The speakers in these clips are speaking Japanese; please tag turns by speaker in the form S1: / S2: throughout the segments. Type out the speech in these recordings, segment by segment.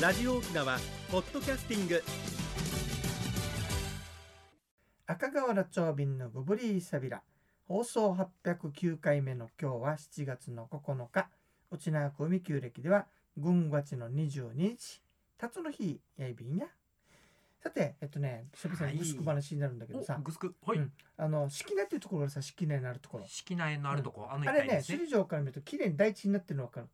S1: ラジオ沖縄ポッドキャスティング
S2: 赤瓦町便のブブリーサビラ放送809回目の今日は7月の9日沖縄海旧暦では軍月の22日辰の日やいびんやさてえっとね久々にグ
S3: はい
S2: スク話になるんだけど
S3: お
S2: さ、
S3: グスクはい、
S2: うんあの式名っていうところがさ式名になるところ
S3: 敷内のあるとこ、あの一
S2: あ
S3: 帯
S2: れ
S3: で
S2: ね
S3: すね
S2: 首里城から見ると綺麗に台地になってるの分かる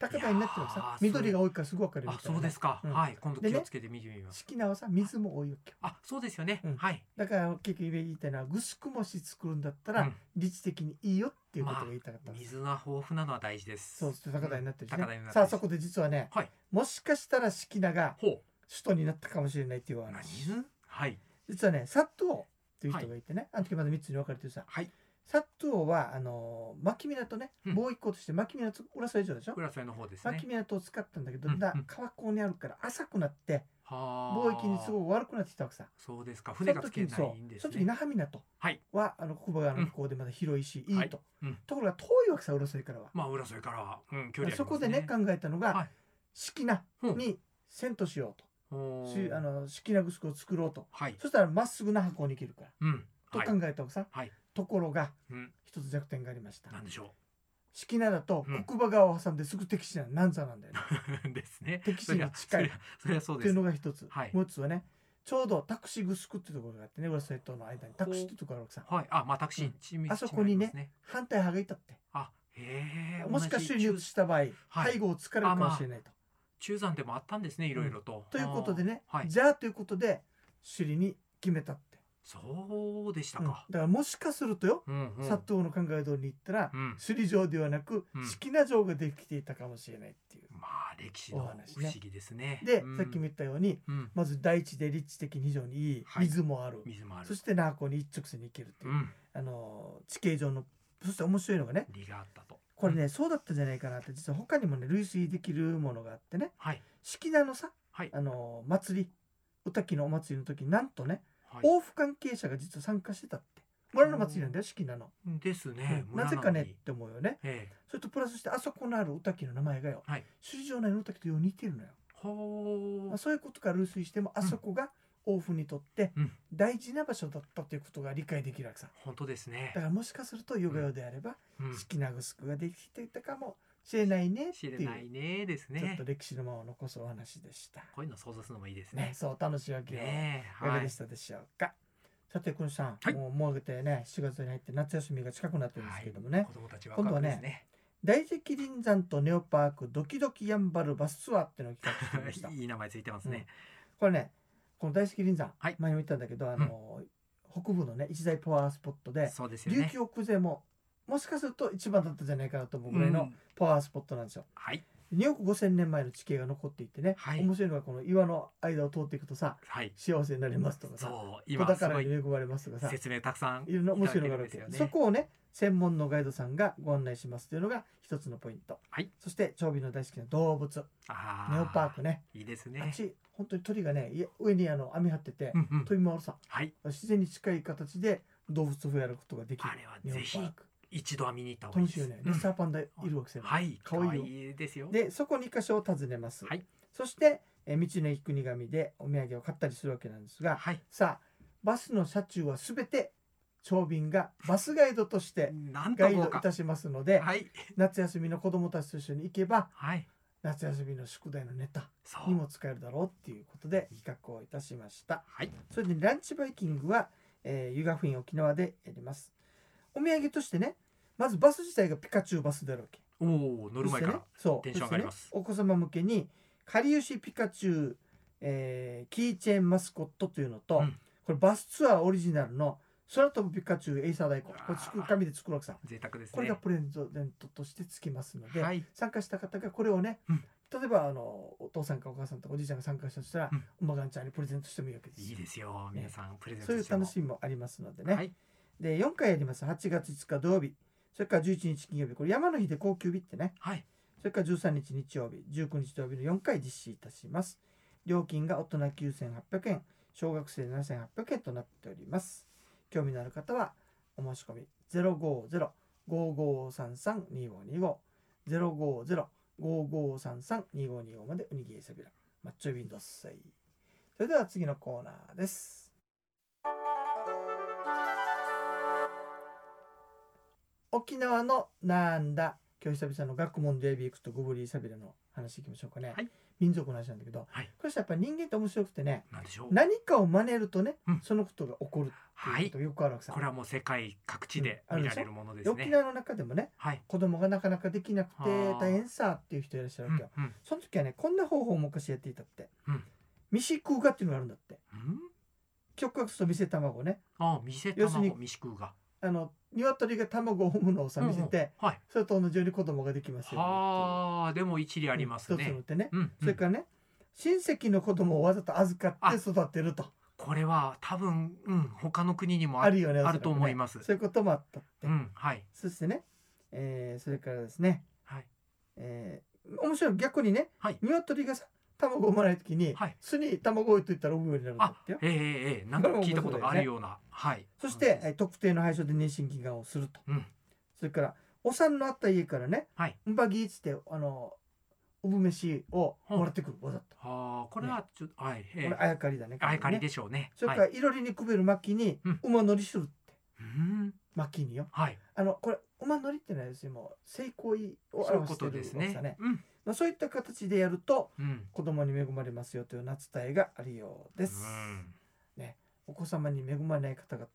S2: 高台になってるの
S3: いや
S2: さ
S3: ー
S2: 緑が多いからすぐ分かるみ
S3: あ
S2: たいなね、
S3: そうですか、
S2: うん
S3: はい今度
S2: でね
S3: 気をつけて見てみます、
S2: 式名はさ水も多いわけよ
S3: あそうですよね、
S2: うん
S3: はい
S2: だから結局言いたいのはグスクもし作るんだったら、
S3: うん
S2: 立地的にいいよっていうことが言いたかったんです、
S3: 水が豊富なのは大事です
S2: そうそう高台になってるし、ね
S3: うん高台になって
S2: さ
S3: る
S2: あ
S3: し
S2: そこで実はね
S3: はい
S2: もしかしたら式名が
S3: ほ
S2: 首都になったかもしれないっていうお
S3: う何
S2: 話
S3: はい
S2: 実はね佐藤という人がいてね、あの時まだ3つに分かれてるさ
S3: はい
S2: 佐藤はあのー牧港とね、
S3: うん
S2: 貿易港として牧港浦添城でしょ
S3: 浦添の方ですね
S2: 牧港を使ったんだけど、
S3: うん
S2: だ
S3: うん
S2: 川港にあるから浅くなって
S3: は
S2: 貿易にす
S3: い
S2: ごい悪くなってきたわけさ
S3: そうですか
S2: その
S3: 船がつ
S2: 時
S3: け
S2: に
S3: な
S2: そ
S3: いんで
S2: う
S3: す
S2: そ
S3: ね
S2: の時那覇港
S3: はい
S2: はあの国母川の港でまだ広いし、
S3: ん
S2: いいと、
S3: うん
S2: ところが遠いわけさ浦添からは、
S3: まあ浦添からは、うん、距離あります、ね、
S2: そこでね考えたの
S3: は
S2: が
S3: い
S2: 式名
S3: うん
S2: に遷都しようと、
S3: ほう
S2: しあの式名城を作ろうと
S3: はい
S2: そしたらまっすぐ那覇港に行けるから
S3: うん
S2: と
S3: はい
S2: 考えたわけさ、
S3: はい
S2: ところが
S3: うん
S2: 一つ弱点がありました
S3: なんでしょ
S2: 式名だと
S3: うん
S2: 国母川を挟んですぐ敵地な南座なんだよね、
S3: う ですね
S2: 敵地に近い
S3: そりゃそりゃそう
S2: っ
S3: で
S2: てい
S3: す
S2: うのが一つ、
S3: はい
S2: もう一つはねちょうどタクシーグスクっていうところがあってね浦添との間にタクシーっていうところがあるわけさ
S3: はいあまあタクシー、
S2: うん
S3: チーム
S2: あそこにね
S3: チームあります
S2: 反対派がいたって
S3: あへえ
S2: もしかして入手した場合、
S3: はい
S2: 背後を突かれるかもしれないと、
S3: 中山でもあったんですねいろいろと、
S2: ということでね、
S3: あーはい
S2: じゃあということで首里に決めたって、
S3: そうでした
S2: うんだ
S3: か
S2: か、らもしかするとよ、
S3: うんうん
S2: 佐藤の考え通りに行ったら、
S3: うん
S2: 首里城ではなく
S3: うん
S2: 式名城ができていたかもしれないっていう、
S3: まあ歴史の
S2: お
S3: 不
S2: 話ね
S3: 思議ですね
S2: で、
S3: うん
S2: さっきも言ったように
S3: うん、
S2: まず第一で立地的に非常にいい
S3: はい
S2: 水もある、
S3: 水もある
S2: そして那覇港に一直線に行けるっていうう、
S3: ん、
S2: あのー地形上のそして面白いのがね
S3: 利があったと
S2: これね、そうだったんじゃないかなって実は他にもね類推できるものがあってね
S3: はい
S2: 式名のさ、
S3: はい
S2: あのー祭り宇滝のお祭りの時なんとね、
S3: はい
S2: 王府関係者が実は参加してたって村の祭りなんだよ式名の、
S3: ですね、
S2: うん
S3: 村
S2: なぜ
S3: の
S2: かねっ
S3: に
S2: て思うよね
S3: ええ
S2: それとプラスしてあそこのある宇滝の名前がよ、
S3: はい
S2: 首里城内の宇滝とよう似てるのよ
S3: ほ
S2: ま
S3: う
S2: あ、そういうことから類推してもあそこが王府にとって
S3: うん
S2: 大事な場所だったということが理解できるわけさ
S3: 本当ですね
S2: だか、らもしかするとヨガヨであれば
S3: うん、
S2: 式名城ができていたかもしれないねって
S3: 知
S2: いう
S3: れないねです
S2: ちょっ
S3: ね
S2: と歴史の間を残すお話でした
S3: こういうの想像するのもいいです
S2: ね
S3: ね
S2: そう楽しいわけよ
S3: ね
S2: いか
S3: は
S2: が
S3: い
S2: でしたでしょうかさてくんさん、
S3: はい
S2: もうもうてね7月に入って夏休みが近くなってるんですけどもね、
S3: はい、子供たちは若くですね
S2: 大石林山とネオパークドキドキやんばるバスツアーっていうのを企画してみました
S3: いい名前ついてますね、
S2: これねこの大石林山、
S3: はい
S2: 前にも言ったんだけどあの、北部のね一大パワースポットで、
S3: そうですよ
S2: 琉
S3: ね
S2: 球奥勢ももしかすると一番だったんじゃないかなと思うぐらいうの
S3: ん
S2: パワースポットなんですよ。
S3: はい
S2: 2億5千年前の地形が残っていてね、
S3: はい
S2: 面白いのがこの岩の間を通っていくとさ
S3: はい
S2: 幸せになれますとかさ
S3: そ
S2: 子
S3: う今す
S2: 宝
S3: ご
S2: に
S3: い
S2: 恵まれますとかさ
S3: 説明たくさん
S2: いろんな面白いのがあ
S3: いた
S2: る
S3: だ
S2: わけ
S3: けるんですよ
S2: そ
S3: ね
S2: こをね専門のガイドさんがご案内しますというのが一つのポイント、
S3: はい
S2: そして長尾の大好きな動物
S3: あ
S2: ネオパーク
S3: ね
S2: ね
S3: いいです
S2: あっ
S3: ね
S2: ち本当に鳥がねい上にあの網張ってて、
S3: うんうん
S2: 飛び回るさ
S3: はい
S2: 自然に近い形で動物を増やることができる
S3: あれは
S2: 日本
S3: ぜ
S2: パ
S3: ひ
S2: ーク
S3: 一度は見に行った方がいい
S2: 楽
S3: で
S2: しい
S3: す
S2: よね
S3: う
S2: レ
S3: ん
S2: ッサーパンダいるわけですよ、
S3: はい
S2: 可
S3: 可
S2: 愛いよ
S3: 愛いですよ
S2: でそこに2箇所を訪ねます、
S3: はい
S2: そして、えー道の駅国神でお土産を買ったりするわけなんですが
S3: はい
S2: さあバスの車中は全て長便がバスガイドとして
S3: なんと
S2: ガイド
S3: 豪
S2: い
S3: 華
S2: たしますので、
S3: はい
S2: 夏休みの子どもたちと一緒に行けば
S3: はい
S2: 夏休みの宿題のネタ
S3: そ
S2: に
S3: う
S2: も使えるだろうっていうことで企画をいたしました
S3: はい
S2: それでランチバイキングは、えー、湯河ン沖縄でやります。お土産としてね、まずバス自体がピカチュウバスであるわけ。
S3: おお乗る前から
S2: そしてねそう
S3: テンション上がります
S2: そしてねお子様向けに、かりゆしピカチュウ、えーキーチェーンマスコットというのと、
S3: うん
S2: これバスツアーオリジナルの空飛ぶピカチュウエイサー大根。こ
S3: わあ
S2: れ作る紙で作るわけさ。
S3: 贅沢です
S2: これが
S3: ね
S2: プレゼントとしてつきますので、
S3: はい
S2: 参加した方がこれをね、
S3: うん
S2: 例えばあのお父さんかお母さんとかおじいちゃんが参加したとしたら、
S3: うん
S2: おまがんちゃんにプレゼントしてもいいわけですよ
S3: いいですよ皆さんプレゼント
S2: そういう楽
S3: み
S2: しみもありますのでね、
S3: はい
S2: で4回やります8月5日土曜日それから11日金曜日これ山の日で高級日ってね
S3: はい
S2: それから13日日曜日19日土曜日の4回実施いたします料金が大人9800円小学生7800円となっております興味のある方はお申し込み050-5533-2525 050 5533-2525までおにぎりさびら。マッチョビンドッサイ。それでは次のコーナーです。沖縄のなんだ今日久々の学問デイビークとゴブリーサビラの話いきましょうかね、
S3: はい
S2: 民族の話なんだけど、
S3: はい
S2: これさやっぱ人間って面白くてね
S3: なんでしょう。
S2: 何かを真似るとね、
S3: うん
S2: そのことが起こるっ
S3: は
S2: ていうこ
S3: い
S2: と。がよくあるわけさ、
S3: これはもう世界各地で
S2: うんある
S3: 見
S2: でし
S3: ら
S2: ょ
S3: れるものです
S2: 沖
S3: ね。
S2: 縄の中でもね
S3: はい。
S2: 子供がなかなかできなく
S3: あ
S2: て
S3: ー
S2: 大変さっていう人いらっしゃ
S3: う
S2: る
S3: んう
S2: わ
S3: ん
S2: けよ、その時はねこんな方法を昔やっていたって
S3: うん
S2: 飯食うがっていうのがあるんだって
S3: うん。
S2: 極悪と店卵ね
S3: ああ、店
S2: 要するに
S3: 卵、飯食うが。
S2: あの鶏が卵を産むのをさ見せて、
S3: うんうんはい。
S2: それと同じように子供ができますよ
S3: はあ、でも一理あ
S2: あ
S3: ります
S2: 一つの
S3: ね
S2: っ。てね
S3: うんうん。
S2: それからね、親戚の子供をわざと預かって育てると
S3: これは多分、うん、他の国にも
S2: あるよね
S3: あ
S2: おそらく
S3: る
S2: ね
S3: と思います。
S2: そういうこともあったって、
S3: うん、はい。
S2: そしてね、えーそれからですね、
S3: はい。
S2: えー面白い逆にね、
S3: はい
S2: 鶏がさ卵を産まない時に、
S3: はい
S2: 巣に卵を置いといたら産むようになるんだってよ
S3: ええええええ、なんか聞いたことがあるような。はい。
S2: そして、えー特定の配所で妊娠祈願をすると
S3: うん。
S2: それからお産のあった家からね
S3: はい。
S2: うんばぎっつってあのおぶ飯をもらってくるわざと、
S3: ああ、これはちょっと、はい。え
S2: これ
S3: え
S2: あやかりだね
S3: あやかり
S2: ね
S3: でしょうね。
S2: それ
S3: は
S2: か
S3: い。
S2: らいろりにくべる薪に
S3: うん
S2: 馬乗りするって、
S3: うん。
S2: 薪によ
S3: はい。
S2: あのこれ馬乗りってのは要するにもう成功意を
S3: そういう
S2: 表
S3: こ
S2: して
S3: と
S2: る
S3: です
S2: わけさ
S3: ね。うん。
S2: まあ、そういった形でやると
S3: うん。
S2: 子供に恵まれますよという夏伝えがあるようです、
S3: うん
S2: お子様に恵まれない方々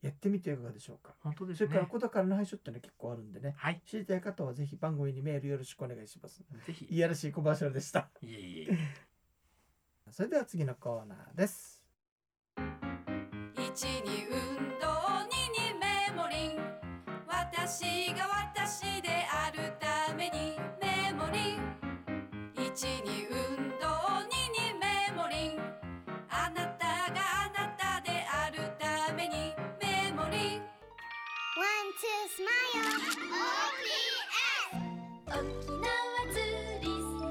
S2: やってみてはいかがでしょうか
S3: 本当で
S2: そ
S3: す
S2: れから
S3: ね。
S2: 子宝の配所ってのは結構あるんでね
S3: はい。
S2: 知りたい方はぜひ番組にメールよろしくお願いします
S3: ぜひ。
S2: いやらしいコマーシャルでした
S3: いえいえ。
S2: それでは次のコーナーです
S4: 一に運動二にメモリン私が私であるためにメモリン一に運動二にメモリンあなたがあなたであるためにメモリン
S5: One, two, smile. OPS. 沖縄ツーリス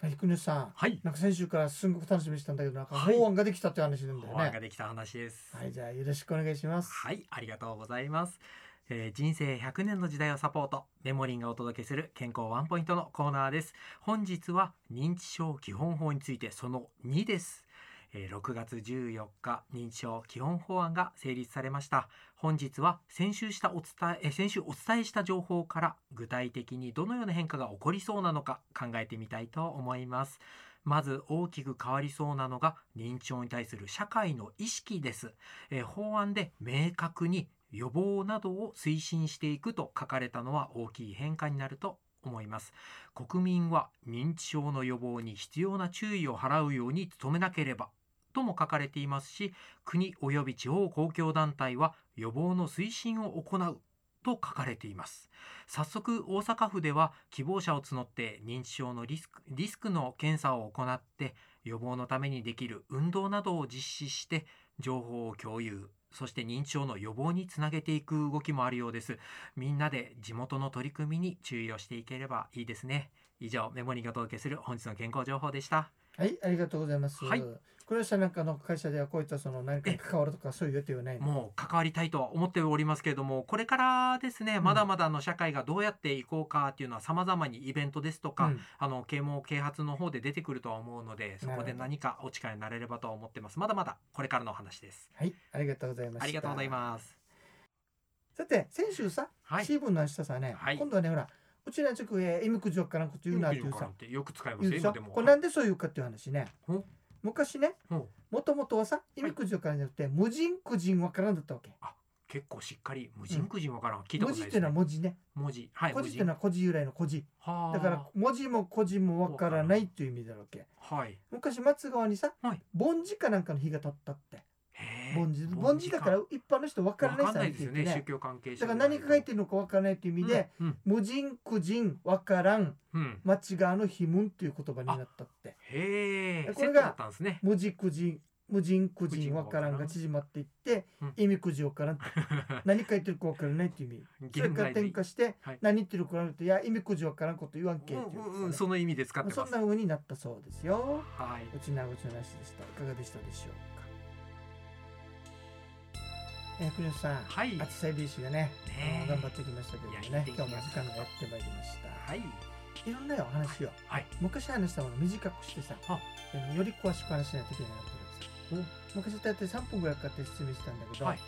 S5: ト。
S2: ひくねさん
S3: はい。
S2: なんか先週からすんごく楽しみにしてたんだけどなんか
S3: はい
S2: 法案ができたっていう話なんだよ
S3: 法案が
S2: ね
S3: できた話です。
S2: はいじゃあよろしくお願いします
S3: はい、ありがとうございます。えー人生100年の時代をサポート、メモリンがお届けする健康ワンポイントのコーナーです。本日は認知症基本法についてその2です。えー6月14日、認知症基本法案が成立されました。本日は先週したお伝え、えー先週お伝えした情報から具体的にどのような変化が起こりそうなのか考えてみたいと思います。まず大きく変わりそうなのが認知症に対する社会の意識です。えー法案で明確に予防などを推進していくと書かれたのは大きい変化になると思います国民は認知症の予防に必要な注意を払うように努めなければとも書かれていますし国及び地方公共団体は予防の推進を行うと書かれています早速大阪府では希望者を募って認知症のリスクリスクの検査を行って予防のためにできる運動などを実施して情報を共有そして認知症の予防につなげていく動きもあるようですみんなで地元の取り組みに注意をしていければいいですね以上メモリーがお届けする本日の健康情報でした
S2: はい、ありがとうございます。
S3: はい
S2: これはさなんかの会社ではこういったその何かに関わるとかそういう予定はないの。
S3: もう関わりたいとは思っておりますけれどもこれからですね
S2: ん
S3: まだまだあの社会がどうやっていこうかっていうのは様々にイベントですとか、
S2: うん
S3: あの啓蒙啓発の方で出てくるとは思うのでそこで何かお力になれればと思ってますまだまだこれからのお話です
S2: はい、ありがとうございました。。
S3: ありがとうございますす
S2: さて先週さ、
S3: はい
S2: シーブンの明日さね、
S3: はい
S2: 今度はねほらうちらちょくえー意味くじょっからんこと言うなっていう
S3: か
S2: さ
S3: ん、てよく使います
S2: 言うでし
S3: よ今
S2: ょ。
S3: でも
S2: これなんでそういうかっていう話ね
S3: ほ。
S2: 昔ね、
S3: もう
S2: もともとはさ意味くじょっからじゃなくて無人くじんわからんだったわけ。
S3: 結構しっかり無人くじんわからん、聞いたこ
S2: 文
S3: と
S2: 字
S3: な
S2: っ
S3: い
S2: ていうの
S3: ですね
S2: は文字ね。
S3: 文字はい
S2: 個字っていうのは個字由来の個字。
S3: はあ
S2: だから文字も個字もわからないっていう意味だわけ。
S3: はい
S2: 昔松川にさ、
S3: はい
S2: 凡字かなんかの日が経ったって。
S3: へえ
S2: 凡字凡字だから一般の人分から
S3: わ
S2: ない
S3: かんない
S2: っ
S3: で
S2: て言
S3: すよ
S2: って
S3: ね
S2: ね
S3: 宗教関係
S2: だ
S3: 者
S2: から何が書いてるのか分からないという意味で、
S3: うん
S2: 無人苦人分からん
S3: うんうん
S2: 間違わぬ非文という言葉になったって
S3: へえ
S2: これが
S3: だったんです ね
S2: 無人苦人無人苦人分からんが縮まっていって、
S3: うん
S2: 意味くじ分から んって何書いてるか分からないという意味それ
S3: 現
S2: から
S3: 代で
S2: 転化して、
S3: はい
S2: 何言ってるか分からんといや意味くじ分からんこと言わんけ
S3: う
S2: っ
S3: ん
S2: ていう
S3: うんうんその意味で使って
S2: そ
S3: ま
S2: ん
S3: す
S2: な風になったそうですよ
S3: はいう
S2: ちなうちのなしでしたいかがでしたでしょうかえー国吉さん、
S3: はい
S2: 暑さ BC がね、
S3: ねえ
S2: 頑張ってきましたけども
S3: いやいい
S2: ね、
S3: 天気
S2: 今日も
S3: でし
S2: 時
S3: た
S2: 間がやってまいりました。
S3: はい
S2: いろんなお話を、
S3: はい
S2: 昔話したものを短くしてさ
S3: は、
S2: あのより詳しく話しないといけないなってるんですよ。昔だって3分ぐらいかかって説明したんだけど、
S3: はい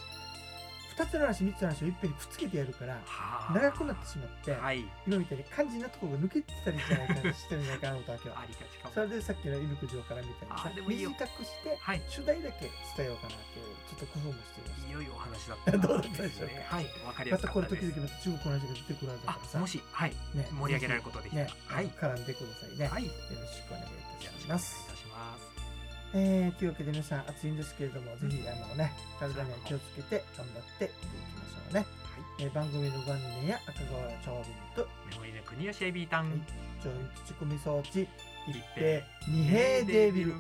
S2: 2つの話、3つの話をいっぺんにくっつけてやるから、
S3: はあ
S2: 長くなってしまって、
S3: はい
S2: 今みたいに肝心なところが抜けてたりじゃないかなしてるんじゃないかなとわけよ
S3: ありがちかも
S2: それでさっきのイルク城からみたいに
S3: あ
S2: さ
S3: ーでもいいよ
S2: 短くして
S3: はい
S2: 主題だけ伝えようかなっていうちょっと工夫もしていま
S3: い
S2: し
S3: よいよお話だった な
S2: どうだったでしょうか
S3: ですねはいわかり
S2: たます
S3: や
S2: た
S3: か
S2: こ
S3: っ
S2: れ
S3: たで
S2: 時
S3: す
S2: 々また中国の話が出てくるわけだから
S3: あ
S2: さ
S3: もしはい
S2: ね
S3: 盛り上げられることできたら
S2: ね、
S3: はいよ
S2: 絡んでくださいね、
S3: はい
S2: よろしくお願いいた
S3: ろ
S2: し
S3: しくお願
S2: ま
S3: いいた
S2: す
S3: します
S2: えー、というわけで皆さん暑いんですけれども、ぜひあのね体には
S3: そう
S2: 気をつけて頑張っていきましょうね、えー番組のご案内や赤川長瓶と
S3: メモリーの国吉エビータン
S2: はい上位口コミ装置一
S3: 一
S2: 平
S3: 平
S2: 二平デビル
S3: は